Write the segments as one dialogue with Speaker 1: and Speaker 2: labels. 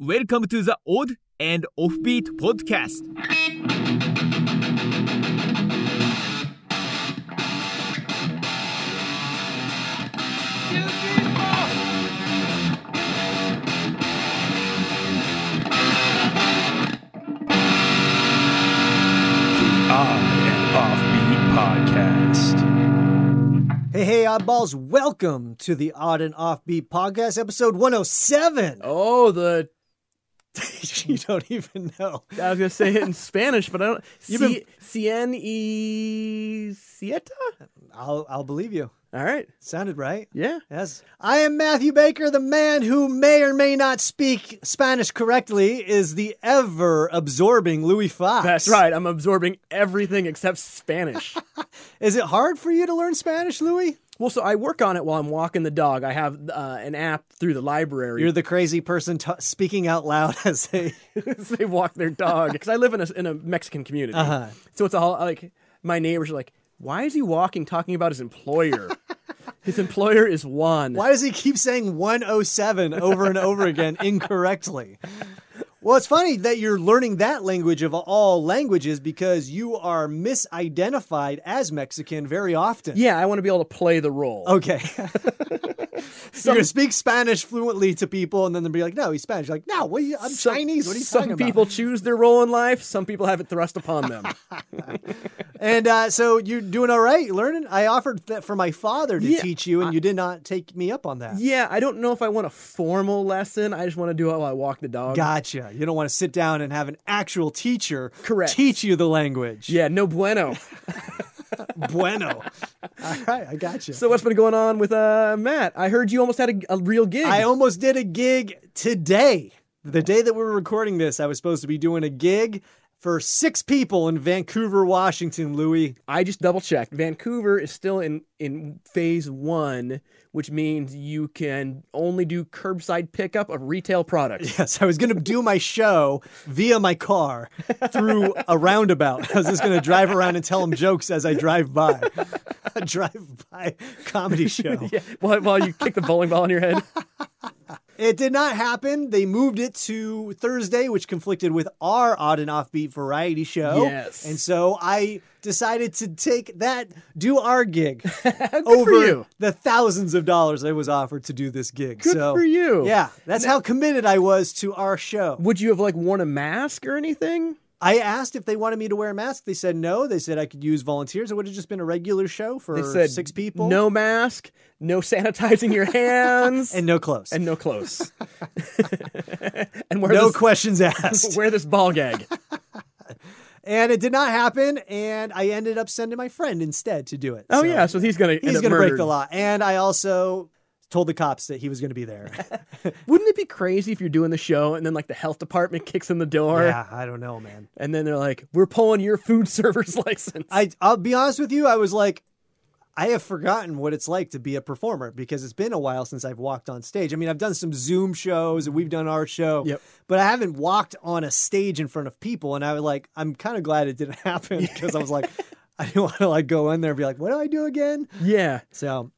Speaker 1: Welcome to the Odd and Offbeat podcast.
Speaker 2: Odd and Offbeat Podcast.
Speaker 3: Hey, hey, oddballs, welcome to the Odd and Offbeat Podcast, episode 107.
Speaker 4: Oh, the Oh.
Speaker 3: you don't even know.
Speaker 4: I was gonna say it in Spanish, but I don't.
Speaker 3: You've
Speaker 4: You've
Speaker 3: been-
Speaker 4: been Cien y siete.
Speaker 3: I'll, I'll believe you.
Speaker 4: All right,
Speaker 3: Sounded right.
Speaker 4: yeah.
Speaker 3: Yes. I am Matthew Baker, the man who may or may not speak Spanish correctly, is the ever absorbing Louis Fox.
Speaker 4: That's right. I'm absorbing everything except Spanish.
Speaker 3: Is it hard for you to learn Spanish, Louis?
Speaker 4: well, so I work on it while I'm walking the dog. I have uh, an app through the library.
Speaker 3: You're the crazy person t- speaking out loud as they.
Speaker 4: they walk their dog because I live in a in a Mexican community.
Speaker 3: Uh-huh.
Speaker 4: So it's all like my neighbors are like, "Why is he walking talking about his employer? his employer is Juan."
Speaker 3: Why does he keep saying 107 over and over again incorrectly? Well, it's funny that you're learning that language of all languages because you are misidentified as Mexican very often.
Speaker 4: Yeah, I want to be able to play the role.
Speaker 3: Okay. so you speak Spanish fluently to people, and then they'll be like, "No, he's Spanish." You're like, no, what are you, I'm
Speaker 4: Some-
Speaker 3: Chinese. What are you
Speaker 4: some
Speaker 3: talking
Speaker 4: people
Speaker 3: about?
Speaker 4: choose their role in life. Some people have it thrust upon them.
Speaker 3: And uh, so you're doing all right, You're learning. I offered that for my father to
Speaker 4: Yeah,
Speaker 3: teach you, and you did not take me up on that.
Speaker 4: yeah, I don't know if I want a formal lesson. I just want to do it while I walk the dog.
Speaker 3: Gotcha. You don't want to sit down and have an actual teacher
Speaker 4: Correct.
Speaker 3: teach you the language.
Speaker 4: Yeah, no bueno.
Speaker 3: bueno. All right, I got you.
Speaker 4: so what's been going on with uh, Matt? I heard you almost had a, a real gig.
Speaker 3: I almost did a gig today. The day that we're recording this, I was supposed to be doing a gig for six people in Vancouver, Washington, Louis.
Speaker 4: I just double checked. Vancouver is still in in phase one, which means you can only do curbside pickup of retail products.
Speaker 3: Yes, I was going to do my show via my car through a roundabout. I was just going to drive around and tell them jokes as I drive by. A drive by comedy show.
Speaker 4: Yeah, while, while you kick the bowling ball in your head.
Speaker 3: It did not happen. They moved it to Thursday, which conflicted with our odd and offbeat variety show.
Speaker 4: Yes.
Speaker 3: And so I decided to take that, do our gig
Speaker 4: for
Speaker 3: over
Speaker 4: you.
Speaker 3: the thousands of dollars I was offered to do this gig.
Speaker 4: Good
Speaker 3: so
Speaker 4: for you.
Speaker 3: Yeah. That's how committed I was to our show.
Speaker 4: Would you have like worn a mask or anything?
Speaker 3: I asked if they wanted me to wear a mask. They said no. They said I could use volunteers. It would have just been a regular show for
Speaker 4: They said
Speaker 3: six people.
Speaker 4: No mask, no sanitizing your hands,
Speaker 3: And no clothes.
Speaker 4: and no clothes. and wear
Speaker 3: no
Speaker 4: this,
Speaker 3: questions asked.
Speaker 4: wear this ball gag.
Speaker 3: and it did not happen. And I ended up sending my friend instead to do it.
Speaker 4: Oh
Speaker 3: So
Speaker 4: yeah, so he's gonna
Speaker 3: he's going to break the law. And I also told the cops that he was going to be there.
Speaker 4: Wouldn't it be crazy if you're doing the show and then like the health department kicks in the door
Speaker 3: yeah, I don't know, man.
Speaker 4: and then they're like, "We're pulling your food server's license."
Speaker 3: I I'll be honest with you. I was like, I have forgotten what it's like to be a performer because it's been a while since I've walked on stage. I mean, I've done some Zoom shows and we've done our show,
Speaker 4: Yep.
Speaker 3: but I haven't walked on a stage in front of people. And I was like, I'm kind of glad it didn't happen because I was like, I didn't want to like go in there and be like, what do I do again?
Speaker 4: yeah.
Speaker 3: So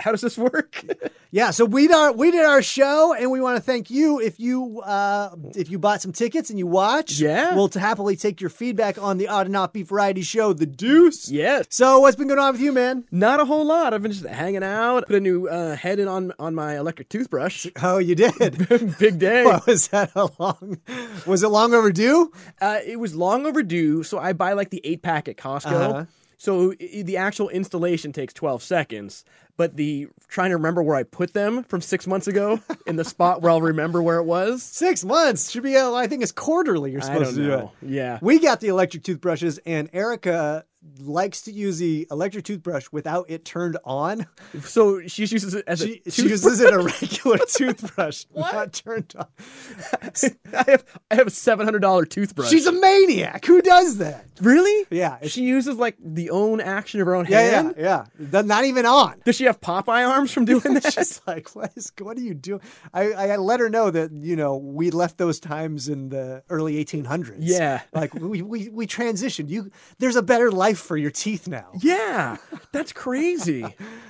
Speaker 4: How does this work?
Speaker 3: Yeah, so we did our, we did our show, and we want to thank you if you uh, if you bought some tickets and you watch.
Speaker 4: Yeah.
Speaker 3: we'll happily take your feedback on the Odd and Offbeat Variety Show, The Deuce.
Speaker 4: yes.
Speaker 3: So what's been going on with you, man?
Speaker 4: Not a whole lot. I've been just hanging out. Put a new uh, head in on on my electric toothbrush.
Speaker 3: Oh, you did.
Speaker 4: Big day.
Speaker 3: What was that a long? Was it long overdue?
Speaker 4: Uh, it was long overdue, so I buy like the eight pack at Costco.
Speaker 3: Uh-huh.
Speaker 4: So i- the actual installation takes 12 seconds, but the trying to remember where I put them from six months ago in the spot where I'll remember where it was.
Speaker 3: Six months should be. uh, I think it's quarterly. You're
Speaker 4: I
Speaker 3: supposed
Speaker 4: don't
Speaker 3: to do it.
Speaker 4: know. Yeah.
Speaker 3: We got the electric toothbrushes, and Erica likes to use the electric toothbrush without it turned on.
Speaker 4: So she just uses it as
Speaker 3: She,
Speaker 4: a
Speaker 3: she
Speaker 4: toothbrush.
Speaker 3: uses it a regular toothbrush, not turned on.
Speaker 4: I have I have a seven hundred dollar toothbrush.
Speaker 3: She's a maniac. Who does that?
Speaker 4: really?
Speaker 3: Yeah, it's-
Speaker 4: She uses like the own action of her own
Speaker 3: Yeah,
Speaker 4: hand.
Speaker 3: yeah, yeah. They're not even on.
Speaker 4: Does she have Popeye arms from doing that?
Speaker 3: She's like, what is? What are you doing? I, I let her know that you know we left those times in the early 1800s.
Speaker 4: Yeah.
Speaker 3: like we we, we transitioned. You there's a better life life for your teeth now.
Speaker 4: Yeah, that's crazy.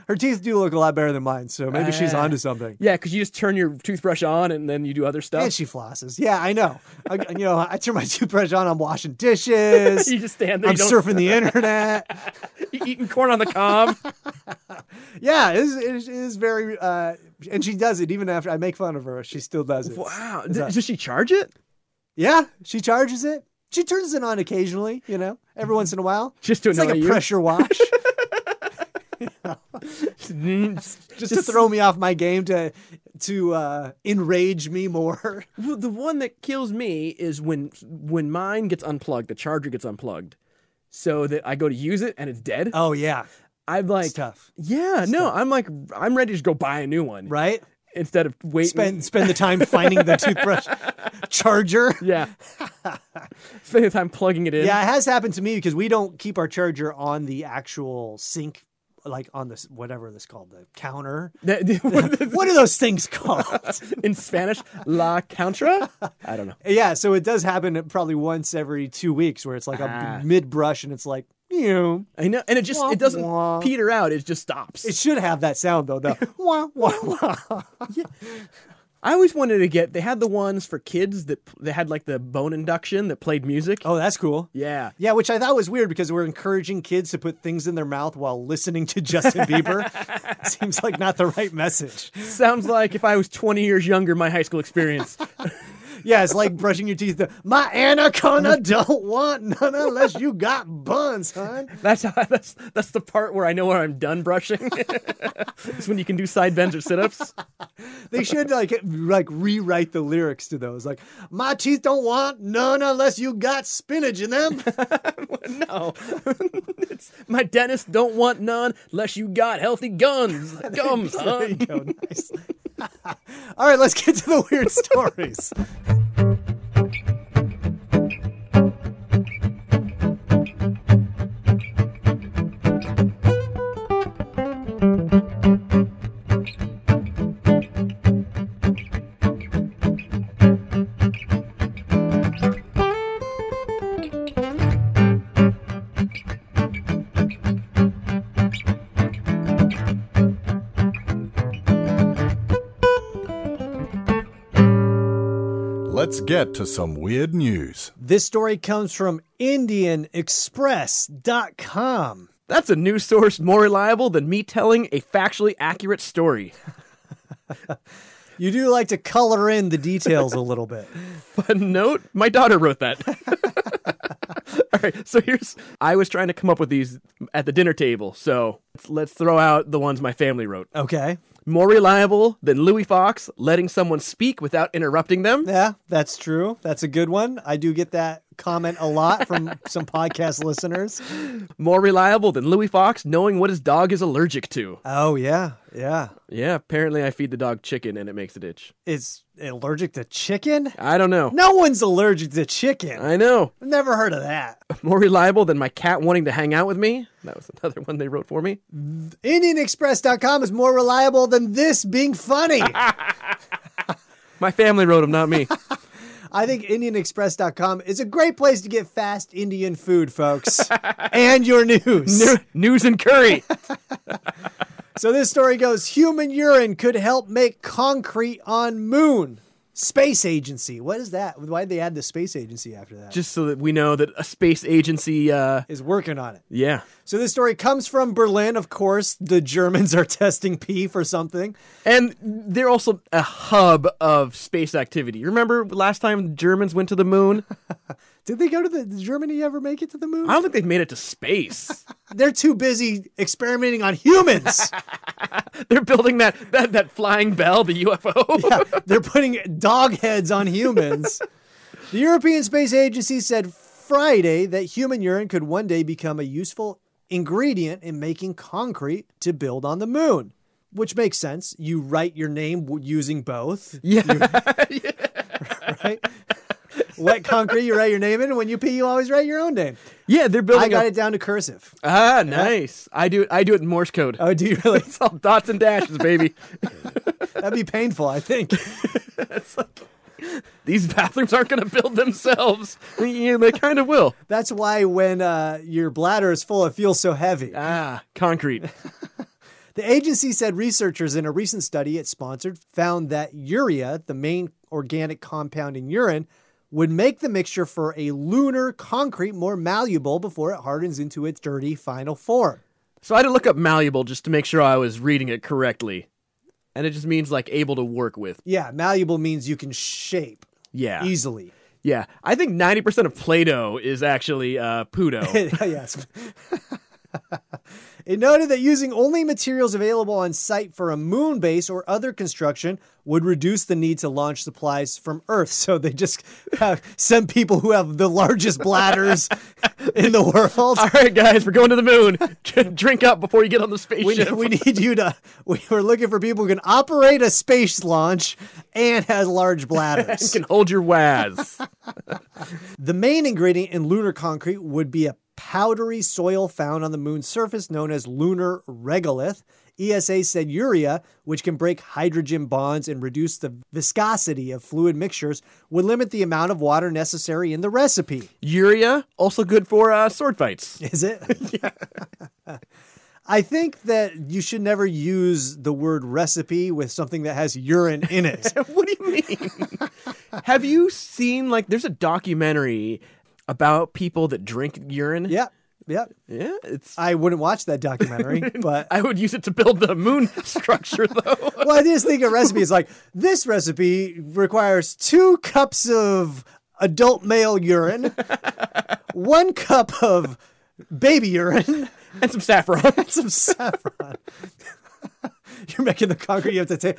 Speaker 3: Her teeth do look a lot better than mine, so maybe she's
Speaker 4: Uh,
Speaker 3: onto something.
Speaker 4: yeah, because you just turn your toothbrush on and then you do other
Speaker 3: And
Speaker 4: stuff.
Speaker 3: she flosses. Yeah, I know. I, you know, I turn my toothbrush on. I'm washing dishes.
Speaker 4: you just stand there.
Speaker 3: I'm
Speaker 4: you don't-
Speaker 3: surfing the internet.
Speaker 4: you eating corn on the cob.
Speaker 3: Yeah, it is, it is, it is very. Uh, and she does it even after I make fun of her. She still does it.
Speaker 4: wow.
Speaker 3: Is
Speaker 4: D-
Speaker 3: that-
Speaker 4: Does she charge it?
Speaker 3: Yeah, she charges it. She turns it on occasionally. You know, every once in a while.
Speaker 4: Just to
Speaker 3: It's like
Speaker 4: annoy
Speaker 3: a
Speaker 4: you?
Speaker 3: pressure wash,
Speaker 4: Mm, just,
Speaker 3: just to throw me off my game to to uh, enrage me more.
Speaker 4: Well, the one that kills me is when when mine gets unplugged, the charger gets unplugged, so that I go to use it and it's dead.
Speaker 3: Oh yeah,
Speaker 4: I'm like,
Speaker 3: it's tough,
Speaker 4: yeah, no, I'm like, I'm ready to just go buy a new one
Speaker 3: right?
Speaker 4: instead of waiting.
Speaker 3: Spend spend the time finding the toothbrush charger.
Speaker 4: Yeah, spend the time plugging it in.
Speaker 3: Yeah, it has happened to me because we don't keep our charger on the actual sink, like on this whatever this called the counter.
Speaker 4: That- what is-
Speaker 3: What are those things called?
Speaker 4: in Spanish, la contra. I don't know.
Speaker 3: yeah, so it does happen probably once every two weeks where it's like
Speaker 4: Ah.
Speaker 3: a mid brush and it's like you.
Speaker 4: I know, and it just
Speaker 3: Wah,
Speaker 4: it doesn't
Speaker 3: wah.
Speaker 4: peter out. It just stops.
Speaker 3: It should have that sound though. though. wah, wah, wah.
Speaker 4: I always wanted to get. They had the ones for kids that they had like the bone induction that played music.
Speaker 3: Oh, that's cool.
Speaker 4: Yeah,
Speaker 3: Yeah, which I thought was weird because we're encouraging kids to put things in their mouth while listening to Justin Bieber. Seems like not the right message.
Speaker 4: Sounds like if I was 20 years younger, my high school experience.
Speaker 3: Yeah, it's like brushing your teeth. My anaconda don't want none unless you got buns, hon.
Speaker 4: That's how, that's that's the part where I know where I'm done brushing. it's when you can do side bends or sit-ups.
Speaker 3: They should like like rewrite the lyrics to those. Like, my teeth don't want none unless you got spinach in them.
Speaker 4: No, it's, my dentist don't want none unless you got healthy guns, gums.
Speaker 3: There you
Speaker 4: Huh?
Speaker 3: go. Nice. All right, let's get to the weird stories.
Speaker 5: Let's get to some weird news.
Speaker 3: This story comes from IndianExpress.com.
Speaker 4: That's a news source more reliable than me telling a factually accurate story.
Speaker 3: You do like to color in the details a little bit.
Speaker 4: Fun note: my daughter wrote that. All right, so here's I was trying to come up with these at the dinner table, so let's, let's throw out the ones my family wrote.
Speaker 3: Okay.
Speaker 4: more reliable than Louis Fox letting someone speak without interrupting them.
Speaker 3: Yeah, that's true. That's a good one. I do get that comment a lot from some podcast listeners.
Speaker 4: More reliable than Louis Fox knowing what his dog is allergic to.
Speaker 3: Oh yeah, yeah.
Speaker 4: Yeah, apparently I feed the dog chicken and it makes it itch.
Speaker 3: Is it allergic to chicken?
Speaker 4: I don't know.
Speaker 3: No one's allergic to chicken.
Speaker 4: I know.
Speaker 3: I've never heard of that.
Speaker 4: More reliable than my cat wanting to hang out with me. That was another one they wrote for me.
Speaker 3: IndianExpress.com is more reliable than this being funny.
Speaker 4: My family wrote them, not me.
Speaker 3: I think IndianExpress.com is a great place to get fast Indian food, folks, and your news.
Speaker 4: News and curry.
Speaker 3: So this story goes human urine could help make concrete on moon. Space agency. What is that? Why did they add the space agency after that?
Speaker 4: Just so that we know that a space agency, uh,
Speaker 3: is working on it.
Speaker 4: yeah.
Speaker 3: So this story comes from Berlin, of course. The Germans are testing pee for something.
Speaker 4: And they're also a hub of space activity. Remember last time the Germans went to the moon?
Speaker 3: Did they go to the did Germany ever make it to the moon?
Speaker 4: I don't think they've made it to space.
Speaker 3: They're too busy experimenting on humans.
Speaker 4: They're building that that, that flying bell, the UFO.
Speaker 3: Yeah, they're putting dog heads on humans. the European Space Agency said Friday that human urine could one day become a useful ingredient in making concrete to build on the moon, which makes sense. You write your name w- using both, right? Wet concrete, you write your name in, and when you pee, you always write your own name.
Speaker 4: Yeah, they're building.
Speaker 3: I got
Speaker 4: a-
Speaker 3: it down to cursive.
Speaker 4: Ah, nice. I do. I do it in Morse code.
Speaker 3: Oh, do you really?
Speaker 4: It's all dots and dashes, baby.
Speaker 3: That'd be painful, I think.
Speaker 4: these bathrooms aren't going to build themselves. Yeah, they kind of will.
Speaker 3: That's why when uh, your bladder is full, it feels so heavy.
Speaker 4: Ah, concrete.
Speaker 3: The agency said researchers in a recent study it sponsored found that urea, the main organic compound in urine, would make the mixture for a lunar concrete more malleable before it hardens into its dirty final form.
Speaker 4: So I had to look up malleable just to make sure I was reading it correctly. And it just means like able to work with.
Speaker 3: Yeah, malleable means you can shape
Speaker 4: Yeah.
Speaker 3: easily.
Speaker 4: Yeah. I think 90% of Play Doh is actually uh, Pudo.
Speaker 3: yes. it noted that using only materials available on site for a moon base or other construction would reduce the need to launch supplies from Earth. So they just uh, send people who have the largest bladders in the world.
Speaker 4: All right, guys, we're going to the moon. Drink up before you get on the
Speaker 3: We
Speaker 4: spaceship.
Speaker 3: need, we need you to. We were looking for people who can operate a space launch and has large bladders.
Speaker 4: can hold your waz.
Speaker 3: The main ingredient in lunar concrete would be a powdery soil found on the moon's surface known as lunar regolith. ESA said urea, which can break hydrogen bonds and reduce the viscosity of fluid mixtures, would limit the amount of water necessary in the recipe.
Speaker 4: Urea, also good for uh, sword fights.
Speaker 3: Is it? I think that you should never use the word recipe with something that has urine in it.
Speaker 4: what do you mean? Have you seen, like, there's a documentary about people that drink urine?
Speaker 3: yep. Yep.
Speaker 4: Yeah. It's.
Speaker 3: I wouldn't watch that documentary, but
Speaker 4: I would use it to build the moon structure, though.
Speaker 3: well, I just think a recipe is like this recipe requires two cups of adult male urine, one cup of baby urine,
Speaker 4: and some saffron.
Speaker 3: and some saffron. You're making the concrete. You have to take,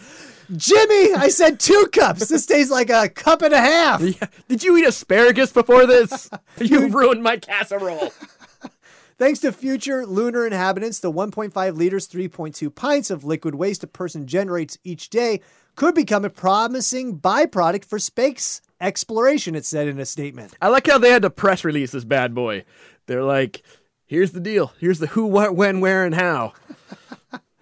Speaker 3: Jimmy. I said two cups. This tastes like a cup and a half.
Speaker 4: Did you eat asparagus before this? you ruined my casserole.
Speaker 3: Thanks to future lunar inhabitants, the 1.5 liters, 3.2 pints of liquid waste a person generates each day could become a promising byproduct for space exploration, it said in a statement.
Speaker 4: I like how they had to press release this bad boy. They're like, here's the deal. Here's the who, what, when, where, and how.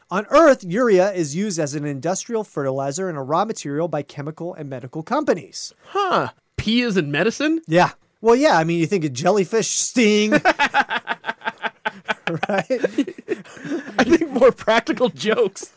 Speaker 3: On Earth, urea is used as an industrial fertilizer and a raw material by chemical and medical companies.
Speaker 4: Huh. P is in medicine?
Speaker 3: Yeah. Well, yeah, I mean, you think of jellyfish sting. right?
Speaker 4: I think more practical jokes.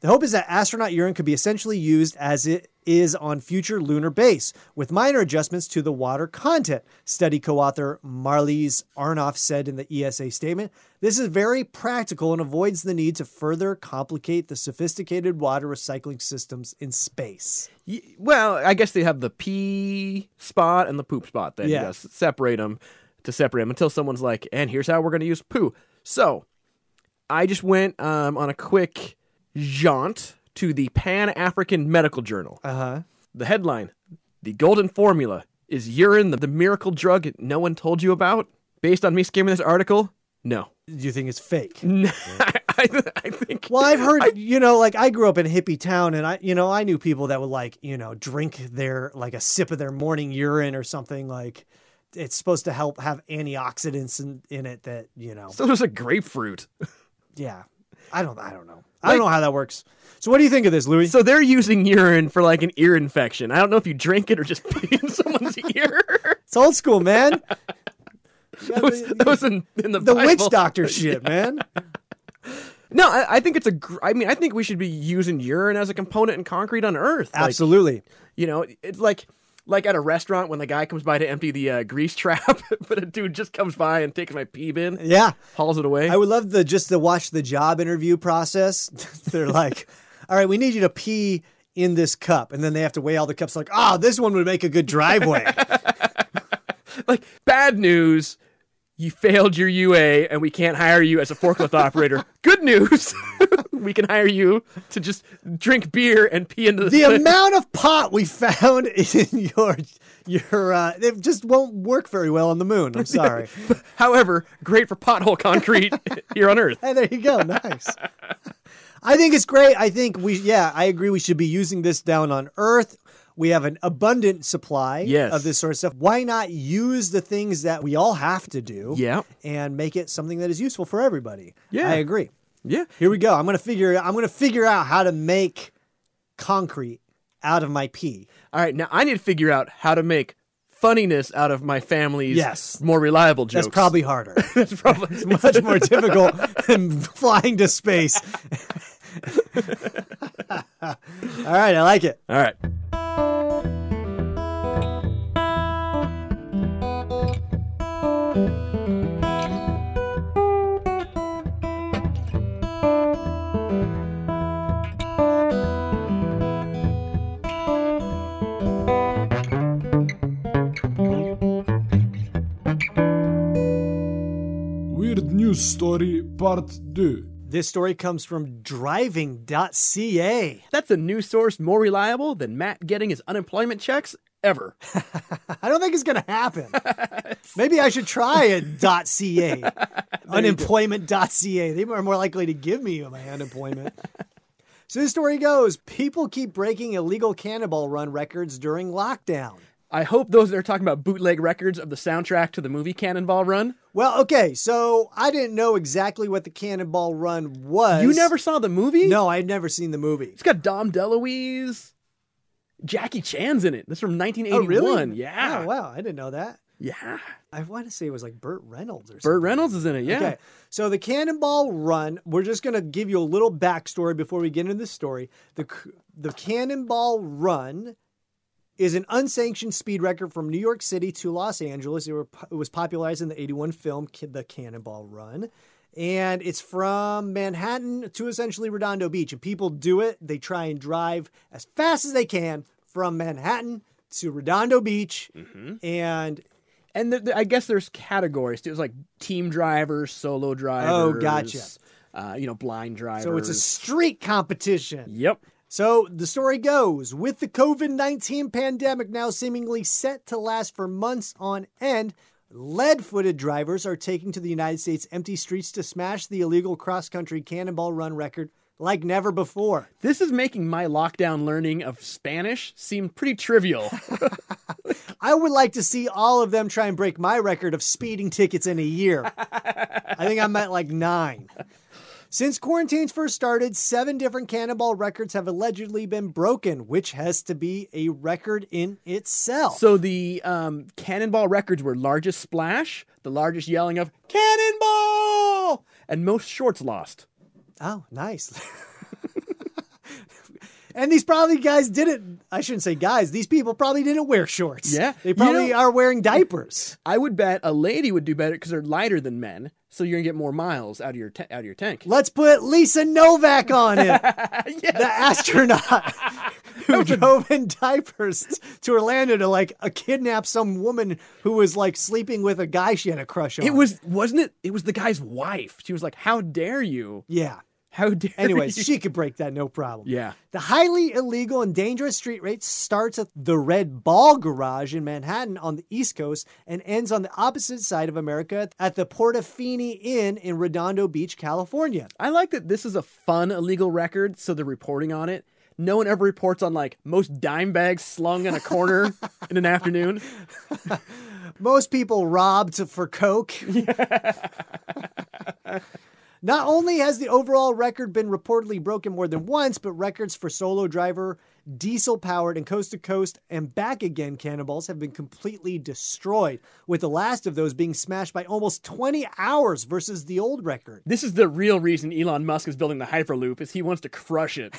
Speaker 3: The hope is that astronaut urine could be essentially used as it is on future lunar base, with minor adjustments to the water content. Study co author Marlies Arnoff said in the ESA statement This is very practical and avoids the need to further complicate the sophisticated water recycling systems in space.
Speaker 4: Y- well, I guess they have the pee spot and the poop spot. Then
Speaker 3: Yeah.
Speaker 4: yes, separate them to separate them until someone's like, and here's how we're going to use poo. So I just went um, on a quick jaunt to the Pan African Medical Journal.
Speaker 3: Uh huh.
Speaker 4: The headline: The Golden Formula is urine the, the miracle drug no one told you about. Based on me skimming this article, no,
Speaker 3: Do you think it's fake?
Speaker 4: I, I, I think
Speaker 3: Well, I've heard, you know, like I grew up in a hippie town and I, you know, I knew people that would like, you know, drink their, like a sip of their morning urine or something like it's supposed to help have antioxidants in, in it that, you know,
Speaker 4: so. There's a grapefruit.
Speaker 3: yeah. I don't, I don't know. I don't know how that works. So what do you think of this, Louis?
Speaker 4: So they're using urine for like an ear infection. I don't know if you drink it or just pee in someone's ear.
Speaker 3: It's old school, man.
Speaker 4: That was, that was in, in the,
Speaker 3: The witch
Speaker 4: Bible.
Speaker 3: doctor shit, man.
Speaker 4: No, I, I think it's a. Gr- I mean, I think we should be using urine as a component in concrete on Earth. Like,
Speaker 3: Absolutely.
Speaker 4: you know, it's like like at a restaurant when the guy comes by to empty the uh, grease trap, but a dude just comes by and takes my pee bin,
Speaker 3: Yeah.
Speaker 4: hauls it away.
Speaker 3: I would love the just to watch the job interview process. They're like, "All right, we need you to pee in this cup," and then they have to weigh all the cups. Like, "Ah, this one would make a good driveway."
Speaker 4: like bad news. You failed your UA, and we can't hire you as a forklift operator. Good news, we can hire you to just drink beer and pee into the,
Speaker 3: the
Speaker 4: thing.
Speaker 3: amount of pot we found in your your uh, it just won't work very well on the moon. I'm sorry.
Speaker 4: However, great for pothole concrete here on Earth.
Speaker 3: Hey, there you go. Nice. I think it's great. I think we, yeah, I agree. We should be using this down on Earth. We have an abundant supply
Speaker 4: Yes.
Speaker 3: of this sort of stuff. Why not use the things that we all have to do?
Speaker 4: Yeah.
Speaker 3: and make it something that is useful for everybody.
Speaker 4: Yeah.
Speaker 3: I agree.
Speaker 4: Yeah.
Speaker 3: Here we go. I'm gonna figure. I'm gonna figure out how to make concrete out of my pee.
Speaker 4: All right, now I need to figure out how to make funniness out of my family's
Speaker 3: Yes.
Speaker 4: more reliable jokes.
Speaker 3: That's probably harder.
Speaker 4: That's probably
Speaker 3: It's much more difficult than flying to space. All right, I like it.
Speaker 4: All right.
Speaker 5: Weird News Story Part 2.
Speaker 3: This story comes from driving.ca.
Speaker 4: That's a news source more reliable than Matt getting his unemployment checks ever.
Speaker 3: I don't think it's going to happen. Maybe I should try it. .ca. Unemployment.ca. They are more likely to give me my unemployment. so this story goes, people keep breaking illegal cannonball run records during lockdown.
Speaker 4: I hope those that are talking about bootleg records of the soundtrack to the movie Cannonball Run.
Speaker 3: Well, okay, so I didn't know exactly what the cannonball run was.
Speaker 4: You never saw the movie?
Speaker 3: No, I've never seen the movie.
Speaker 4: It's got Dom DeLuise, Jackie Chan's in it. That's from 1981. Yeah.
Speaker 3: Oh, wow. I didn't know that.
Speaker 4: Yeah.
Speaker 3: I want to say it was like Burt Reynolds or something.
Speaker 4: Burt Reynolds is in it. Yeah.
Speaker 3: Okay. So the Cannonball Run, we're just going to give you a little backstory before we get into the story. The c- the Cannonball Run is an unsanctioned speed record from New York City to Los Angeles. It, were, it was popularized in the 81 film Ki- The Cannonball Run. And it's from Manhattan to essentially Redondo Beach. And people do it. They try and drive as fast as they can from Manhattan to Redondo Beach.
Speaker 4: Mm-hmm.
Speaker 3: And
Speaker 4: And th- th- I guess there's categories. too. It's like team drivers, solo drivers.
Speaker 3: Oh, gotcha.
Speaker 4: Uh, you know, blind drivers.
Speaker 3: so it's a street competition.
Speaker 4: Yep.
Speaker 3: So the story goes with the COVID 19 pandemic now seemingly set to last for months on end, lead footed drivers are taking to the United States' empty streets to smash the illegal cross country cannonball run record like never before.
Speaker 4: This is making my lockdown learning of Spanish seem pretty trivial.
Speaker 3: I would like to see all of them try and break my record of speeding tickets in a year. I think I'm at like nine. Since quarantines first started, seven different cannonball records have allegedly been broken, which has to be a record in itself.
Speaker 4: so the um, Cannonball records were largest splash, the largest yelling of Cannonball, and most shorts lost.
Speaker 3: Oh, nice. and these probably guys didn't. I shouldn't say guys. These people probably didn't wear shorts.
Speaker 4: Yeah.
Speaker 3: they
Speaker 4: You
Speaker 3: probably
Speaker 4: know-
Speaker 3: are wearing diapers.
Speaker 4: I would bet a lady would do better because they're lighter than men, so you're gonna get more miles out of your ta- out of your tank.
Speaker 3: Let's put Lisa Novak on it, the astronaut who drove in diapers to Orlando to like uh, kidnap some woman who was like sleeping with a guy she had a crush on.
Speaker 4: It was wasn't it? It was the guy's wife. She was like, "How dare you?
Speaker 3: yeah.
Speaker 4: How dare
Speaker 3: Anyways,
Speaker 4: you?"
Speaker 3: she could break that no problem.
Speaker 4: Yeah.
Speaker 3: The highly illegal and dangerous street race starts at the Red Ball Garage in Manhattan on the East Coast and ends on the opposite side of America at the Portofini Inn in Redondo Beach, California.
Speaker 4: I like that this is a fun illegal record, so they're reporting on it. No one ever reports on like most dime bags slung in a corner in an afternoon.
Speaker 3: Most people robbed for coke. Not only has the overall record been reportedly broken more than once, but records for solo driver, diesel powered, and coast to coast and back again cannonballs have been completely destroyed, with the last of those being smashed by almost 20 hours versus the old record.
Speaker 4: This is the real reason Elon Musk is building the Hyperloop is he wants to crush it.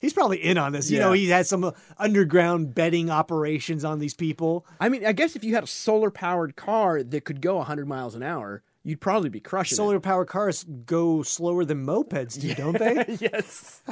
Speaker 3: He's probably in on this. You
Speaker 4: Yeah.
Speaker 3: know, he has some uh, underground betting operations on these people.
Speaker 4: I mean, I guess if you had a solar powered car that could go 100 miles an hour, you'd probably be crushing it.
Speaker 3: Solar powered cars go slower than mopeds do, don't they?
Speaker 4: yes.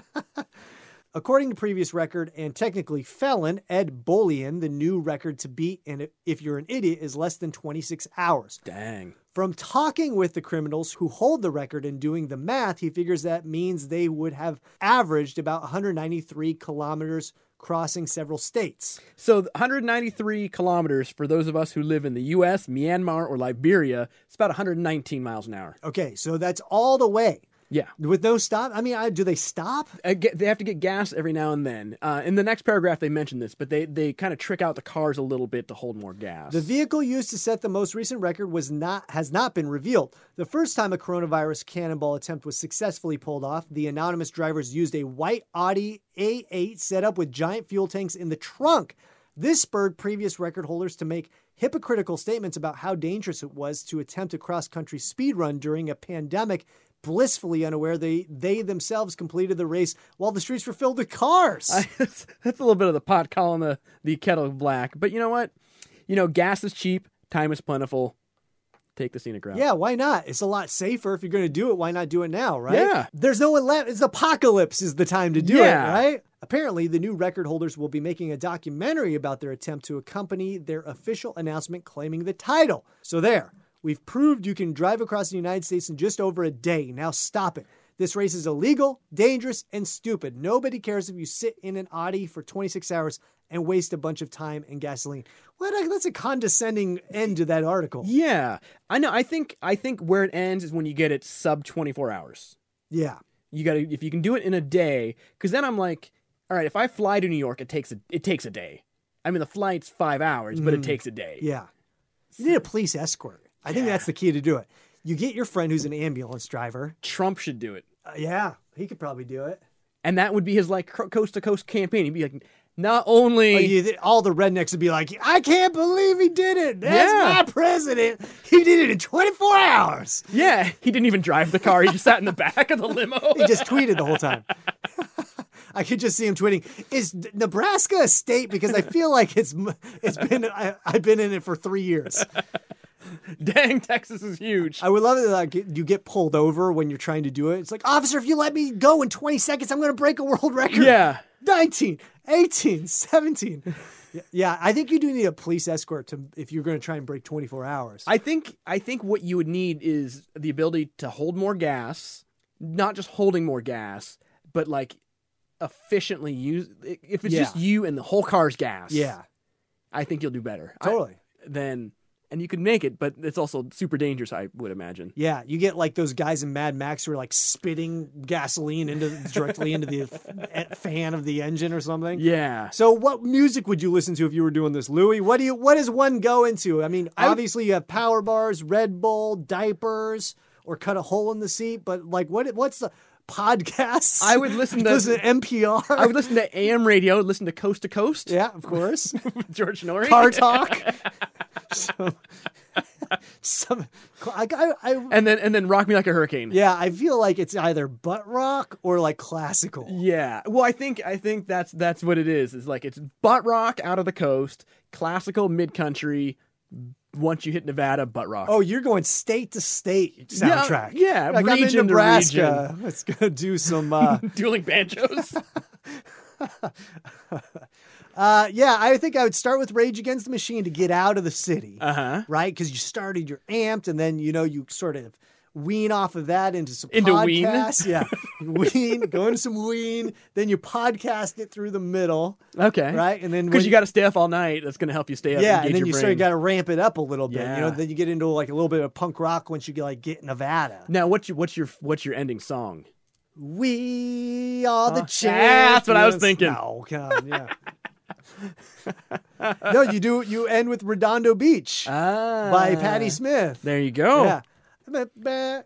Speaker 3: According to previous record and technically felon Ed Bolian, the new record to beat, and if you're an idiot, is less than 26 hours.
Speaker 4: Dang.
Speaker 3: From talking with the criminals who hold the record and doing the math, he figures that means they would have averaged about 193 kilometers crossing several states.
Speaker 4: So 193 kilometers for those of us who live in the U.S., Myanmar, or Liberia. It's about 119 miles an hour.
Speaker 3: Okay, so that's all the way.
Speaker 4: Yeah.
Speaker 3: with no stop. I mean, I, do they stop?
Speaker 4: I Uh, get- they have to get gas every now and then. Uh, in the next paragraph, they mention this, but they, they kind of trick out the cars a little bit to hold more gas.
Speaker 3: The vehicle used to set the most recent record was not has not been revealed. The first time a coronavirus cannonball attempt was successfully pulled off, the anonymous drivers used a white Audi A8 set up with giant fuel tanks in the trunk. This spurred previous record holders to make hypocritical statements about how dangerous it was to attempt a cross-country speed run during a pandemic, blissfully unaware they they themselves completed the race while the streets were filled with cars.
Speaker 4: that's, that's a little bit of the pot calling the, the kettle black. But you know what? You know, gas is cheap, time is plentiful. Take the scenic route.
Speaker 3: Yeah, why not? It's a lot safer if you're going to do it. Why not do it now, right?
Speaker 4: Yeah.
Speaker 3: There's no ele- it's apocalypse is the time to do it,
Speaker 4: Yeah.
Speaker 3: right? Apparently, the new record holders will be making a documentary about their attempt to accompany their official announcement claiming the title. So there. We've proved you can drive across the United States in just over a day. Now stop it. This race is illegal, dangerous, and stupid. Nobody cares if you sit in an Audi for 26 hours and waste a bunch of time and gasoline. What a, that's a condescending end to that article.
Speaker 4: Yeah. I know. I think I think where it ends is when you get it sub 24 hours.
Speaker 3: Yeah.
Speaker 4: You got to if you can do it in a day cuz then I'm like, all right, if I fly to New York, it takes a, it takes a day. I mean, the flight's 5 hours, but it takes a day.
Speaker 3: Mm. Yeah. You need a police escort. I think that's the key to do it. You get your friend who's an ambulance driver.
Speaker 4: Trump should do it.
Speaker 3: Uh, yeah, he could probably do it.
Speaker 4: And that would be his like coast to coast campaign. He'd be like, not only
Speaker 3: But you, th- all the rednecks would be like, I can't believe he did it. That's
Speaker 4: Yeah.
Speaker 3: my president. He did it in 24 hours.
Speaker 4: Yeah, he didn't even drive the car. He just sat in the back of the limo.
Speaker 3: He just tweeted the whole time. I could just see him tweeting, "Is D- Nebraska a state?" Because I feel like it's m- it's been I, I've been in it for three years.
Speaker 4: Dang, Texas is huge.
Speaker 3: I would love it like you get pulled over when you're trying to do it. It's like, officer, if you let me go in 20 seconds, I'm going to break a world record.
Speaker 4: Yeah.
Speaker 3: 19, 18, 17. Y- yeah, I think you do need a police escort to if you're going to try and break 24 hours.
Speaker 4: I think I think what you would need is the ability to hold more gas, not just holding more gas, but like efficiently use if it's
Speaker 3: Yeah.
Speaker 4: just you and the whole car's gas.
Speaker 3: yeah,
Speaker 4: I think you'll do better. I-
Speaker 3: totally.
Speaker 4: Then and you can make it, but it's also super dangerous, I would imagine.
Speaker 3: yeah, you get like those guys in Mad Max who are like spitting gasoline into directly into the f- e- fan of the engine or something.
Speaker 4: Yeah.
Speaker 3: So what music would you listen to if you were doing this, Louis? What do you what does one go into? I mean,
Speaker 4: I-
Speaker 3: obviously you have power bars, Red Bull, diapers, or cut a hole in the seat, but like what what's the podcasts?
Speaker 4: I would listen to-
Speaker 3: listen to NPR.
Speaker 4: I would listen to AM radio, listen to Coast to Coast
Speaker 3: yeah, of course.
Speaker 4: with George Norrie.
Speaker 3: Car talk. So- some I, I, I
Speaker 4: and then and then Rock Me Like a Hurricane.
Speaker 3: yeah, I feel like it's either butt rock or like classical.
Speaker 4: Yeah. Well, I think I think that's that's what it is. It's like it's butt rock out of the coast, classical mid country. Once you hit Nevada, butt rock.
Speaker 3: Oh, you're going state to state soundtrack.
Speaker 4: yeah,
Speaker 3: like I'm in
Speaker 4: region to
Speaker 3: Nebraska. Let's go do some. Uh,
Speaker 4: dueling banjos.
Speaker 3: uh, yeah, I think I would start with Rage Against the Machine to get out of the city,
Speaker 4: uh huh.
Speaker 3: right? Because you started your amped, and then you know you sort of wean off of that into some
Speaker 4: Into Ween?
Speaker 3: podcasts. Yeah, wean, go into some wean. Then you podcast it through the middle,
Speaker 4: Okay.
Speaker 3: right? And then when
Speaker 4: Because Eh? you got to stay up all night. That's going to help you stay up.
Speaker 3: yeah,
Speaker 4: engage
Speaker 3: and then
Speaker 4: your
Speaker 3: you
Speaker 4: brain.
Speaker 3: sort of got to ramp it up a little bit. You know,
Speaker 4: Yeah.
Speaker 3: then you get into like a little bit of punk rock once you get like get Nevada.
Speaker 4: Now, what's your what's your what's your ending song?
Speaker 3: We are the
Speaker 4: Uh,
Speaker 3: champions.
Speaker 4: yeah, that's what I was thinking.
Speaker 3: No, come on, yeah. no, you do. You end with Redondo Beach
Speaker 4: Ah,
Speaker 3: by Patti Smith.
Speaker 4: There you go.
Speaker 3: Yeah.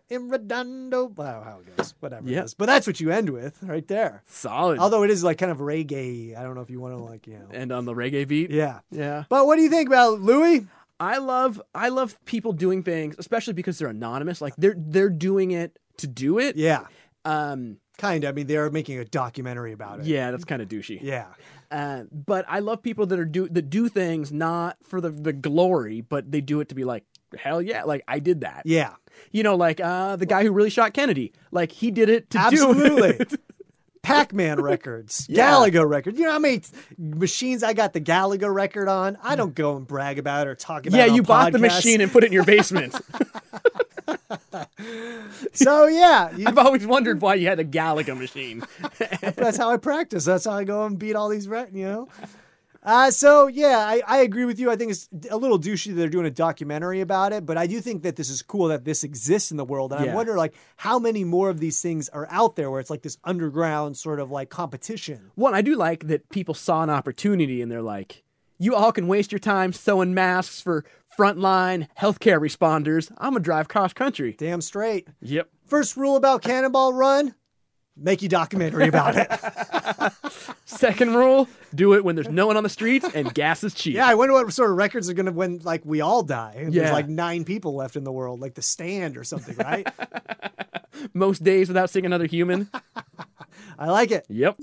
Speaker 3: In Redondo, I don't know how it goes, whatever
Speaker 4: Yeah.
Speaker 3: it is. But that's what you end with right there.
Speaker 4: Solid.
Speaker 3: Although it is like kind of reggae. I don't know if you want to like, you know.
Speaker 4: and on the reggae beat.
Speaker 3: Yeah.
Speaker 4: Yeah.
Speaker 3: But what do you think about Louis?
Speaker 4: I love I love people doing things, especially because they're anonymous. Like they're they're doing it to do it.
Speaker 3: Yeah.
Speaker 4: Um.
Speaker 3: Kind of. I mean, they are making a documentary about it.
Speaker 4: Yeah, that's kind of douchey.
Speaker 3: Yeah.
Speaker 4: Uh, but I love people that are do that do things not for the the glory, but they do it to be like, hell yeah, like I did that.
Speaker 3: Yeah.
Speaker 4: You know, like uh, the guy who really shot Kennedy, like he did it to do
Speaker 3: Absolutely.
Speaker 4: it.
Speaker 3: Pac-Man records,
Speaker 4: Yeah.
Speaker 3: Galaga records. You know how many t- machines I got the Galaga record on? I don't go and brag about it or talk about
Speaker 4: yeah,
Speaker 3: it. on
Speaker 4: you bought the
Speaker 3: podcasts.
Speaker 4: machine and put it in your basement.
Speaker 3: So yeah, you,
Speaker 4: I've always wondered why you had a Galaga machine.
Speaker 3: that's how I practice. That's how I go and beat all these, re- you know. Uh, so yeah, I, I agree with you. I think it's a little douchey that they're doing a documentary about it, but I do think that this is cool that this exists in the world. And I
Speaker 4: Yeah.
Speaker 3: wonder like how many more of these things are out there where it's like this underground sort of like competition.
Speaker 4: One, I do like that people saw an opportunity and they're like, you all can waste your time sewing masks for frontline healthcare responders. I'm going to drive cross country.
Speaker 3: Damn straight.
Speaker 4: Yep.
Speaker 3: First rule about Cannonball Run: make you documentary about it.
Speaker 4: Second rule do it when there's no one on the streets and gas is cheap.
Speaker 3: yeah, I wonder what sort of records are going to when like we all die. and There's
Speaker 4: Yeah.
Speaker 3: like nine people left in the world, like the stand or something, right?
Speaker 4: Most days without seeing another human.
Speaker 3: I like it.
Speaker 4: Yep.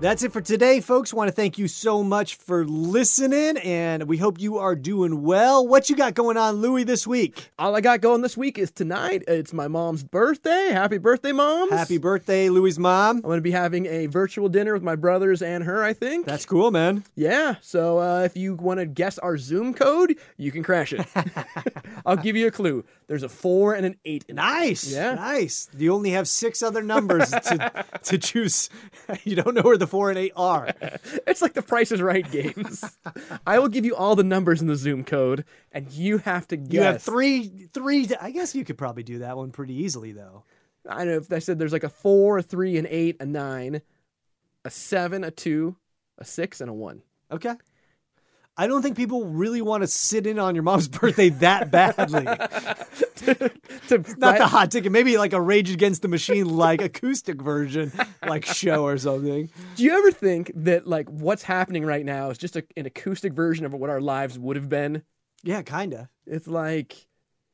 Speaker 3: That's it for today, folks. Want to thank you so much for listening, and we hope you are doing well. What you got going on, Louie, this week?
Speaker 4: All I got going this week is tonight. It's my mom's birthday. Happy birthday, moms.
Speaker 3: Happy birthday, Louie's mom.
Speaker 4: I'm going to be having a virtual dinner with my brothers and her, I think.
Speaker 3: That's cool, man.
Speaker 4: Yeah. So uh, if you want to guess our Zoom code, you can crash it. I'll give you a clue. There's a four and an eight. In it.
Speaker 3: Nice.
Speaker 4: Yeah.
Speaker 3: Nice. You only have six other numbers to, to choose. You don't know where the four and eight are.
Speaker 4: It's like the Price is Right games. I will give you all the numbers in the Zoom code, and you have to guess.
Speaker 3: You have three, three. I guess you could probably do that one pretty easily, though.
Speaker 4: I know if I said there's like a four, a three, an eight, a nine, a seven, a two, a six, and a one.
Speaker 3: Okay. I don't think people really want to sit in on your mom's birthday that badly.
Speaker 4: To
Speaker 3: Not the
Speaker 4: write-
Speaker 3: hot ticket, maybe like a Rage Against the Machine, like acoustic version, like show or something.
Speaker 4: Do you ever think that like what's happening right now is just a, an acoustic version of what our lives would have been?
Speaker 3: Yeah, kinda.
Speaker 4: It's like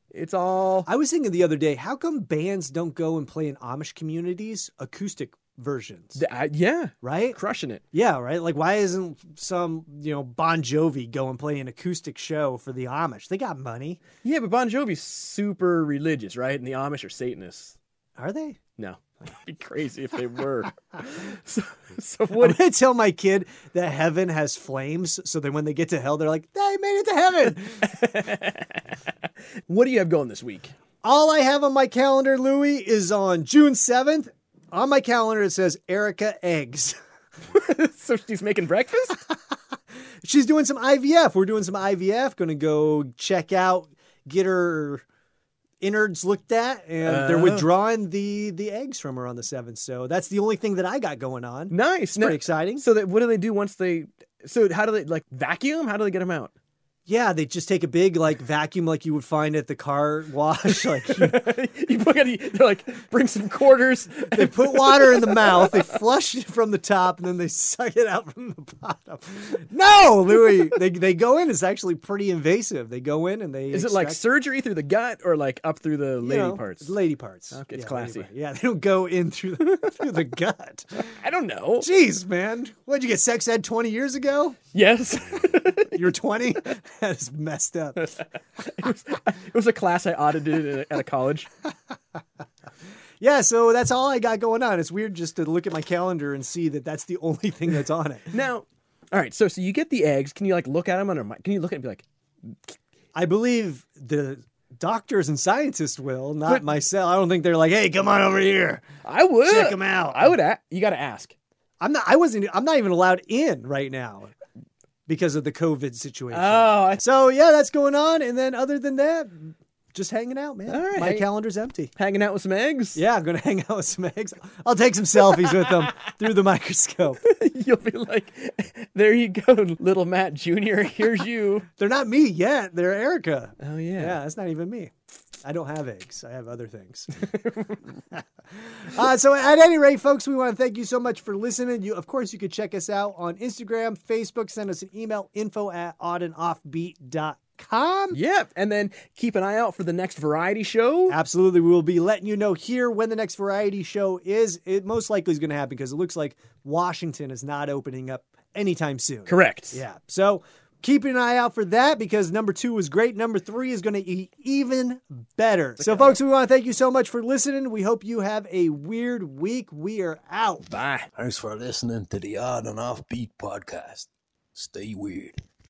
Speaker 4: it's all
Speaker 3: I was thinking the other day, how come bands don't go and play in Amish communities acoustic versions,
Speaker 4: Th- I- yeah,
Speaker 3: right?
Speaker 4: crushing it.
Speaker 3: Yeah, right. Like, why isn't some you know Bon Jovi go and play an acoustic show for the Amish? They got money,
Speaker 4: Yeah, but Bon Jovi's super religious, right? And the Amish are Satanists.
Speaker 3: are they?
Speaker 4: No, it'd be crazy if they were. so, so
Speaker 3: What? I'm
Speaker 4: what?
Speaker 3: gonna tell my kid that heaven has flames, so that when they get to hell, they're like, they made it to heaven.
Speaker 4: What do you have going this week?
Speaker 3: All I have on my calendar, Louie, is on June 7th. On my calendar, it says Erica Eggs.
Speaker 4: so she's making breakfast.
Speaker 3: She's doing some IVF. We're doing some IVF. Going to go check out, get her innards looked at, and they're
Speaker 4: Oh.
Speaker 3: withdrawing the the eggs from her on the 7th. So that's the only thing that I got going on.
Speaker 4: Nice.
Speaker 3: pretty exciting.
Speaker 4: So that what do they do once they? So how do they like vacuum? How do they get them out?
Speaker 3: Yeah, they just take a big like vacuum like you would find at the car wash. like you
Speaker 4: you put it, they're like bring some quarters.
Speaker 3: they put water in the mouth, they flush it from the top, and then they suck it out from the bottom. No, Louis, they they go in. It's actually pretty invasive. They go in and they
Speaker 4: Is it like
Speaker 3: extract-
Speaker 4: surgery through the gut or like up through the
Speaker 3: you
Speaker 4: lady
Speaker 3: know,
Speaker 4: parts?
Speaker 3: Lady parts.
Speaker 4: Okay, it's
Speaker 3: Yeah,
Speaker 4: classy.
Speaker 3: lady part. Yeah, they don't go in through the, through the gut.
Speaker 4: I don't know.
Speaker 3: Jeez, man, what'd you get sex ed twenty years ago?
Speaker 4: Yes.
Speaker 3: You were twenty. That's messed up.
Speaker 4: it, was, it was a class I audited at a, at a college.
Speaker 3: Yeah, so that's all I got going on. It's weird just to look at my calendar and see that that's the only thing that's on it.
Speaker 4: Now, all right. So, so you get the eggs. Can you like look at them under? Can you look at it and be like,
Speaker 3: I believe the doctors and scientists will, not myself. I don't think they're like, "Hey, come on over here,
Speaker 4: I would
Speaker 3: check them out."
Speaker 4: I would. A- you got to ask.
Speaker 3: I'm not. I wasn't. I'm not even allowed in right now because of the COVID situation.
Speaker 4: Oh, I
Speaker 3: so yeah, that's going on. And then other than that, just hanging out, man.
Speaker 4: All right.
Speaker 3: My calendar's empty.
Speaker 4: hanging out with some eggs.
Speaker 3: Yeah, I'm gonna hang out with some eggs. I'll take some selfies with them through the microscope.
Speaker 4: You'll be like, there you go, little Matt Junior. Here's you.
Speaker 3: They're not me yet. They're Erica.
Speaker 4: Oh yeah.
Speaker 3: Yeah, that's not even me. I don't have eggs. I have other things. uh, so, at any rate, folks, we want to thank you so much for listening. You, of course, you could check us out on Instagram, Facebook. Send us an email: info at oddandoffbeat.com.
Speaker 4: Yep. And then keep an eye out for the next variety show.
Speaker 3: Absolutely, we will be letting you know here when the next variety show is. It most likely is going to happen because it looks like Washington is not opening up anytime soon.
Speaker 4: Correct.
Speaker 3: Yeah. So Keep an eye out for that because number two was great. Number three is going to be even better. So, folks, we want to thank you so much for listening. We hope you have a weird week. We are out.
Speaker 4: Bye.
Speaker 6: Thanks for listening to the Odd and Offbeat podcast. Stay weird.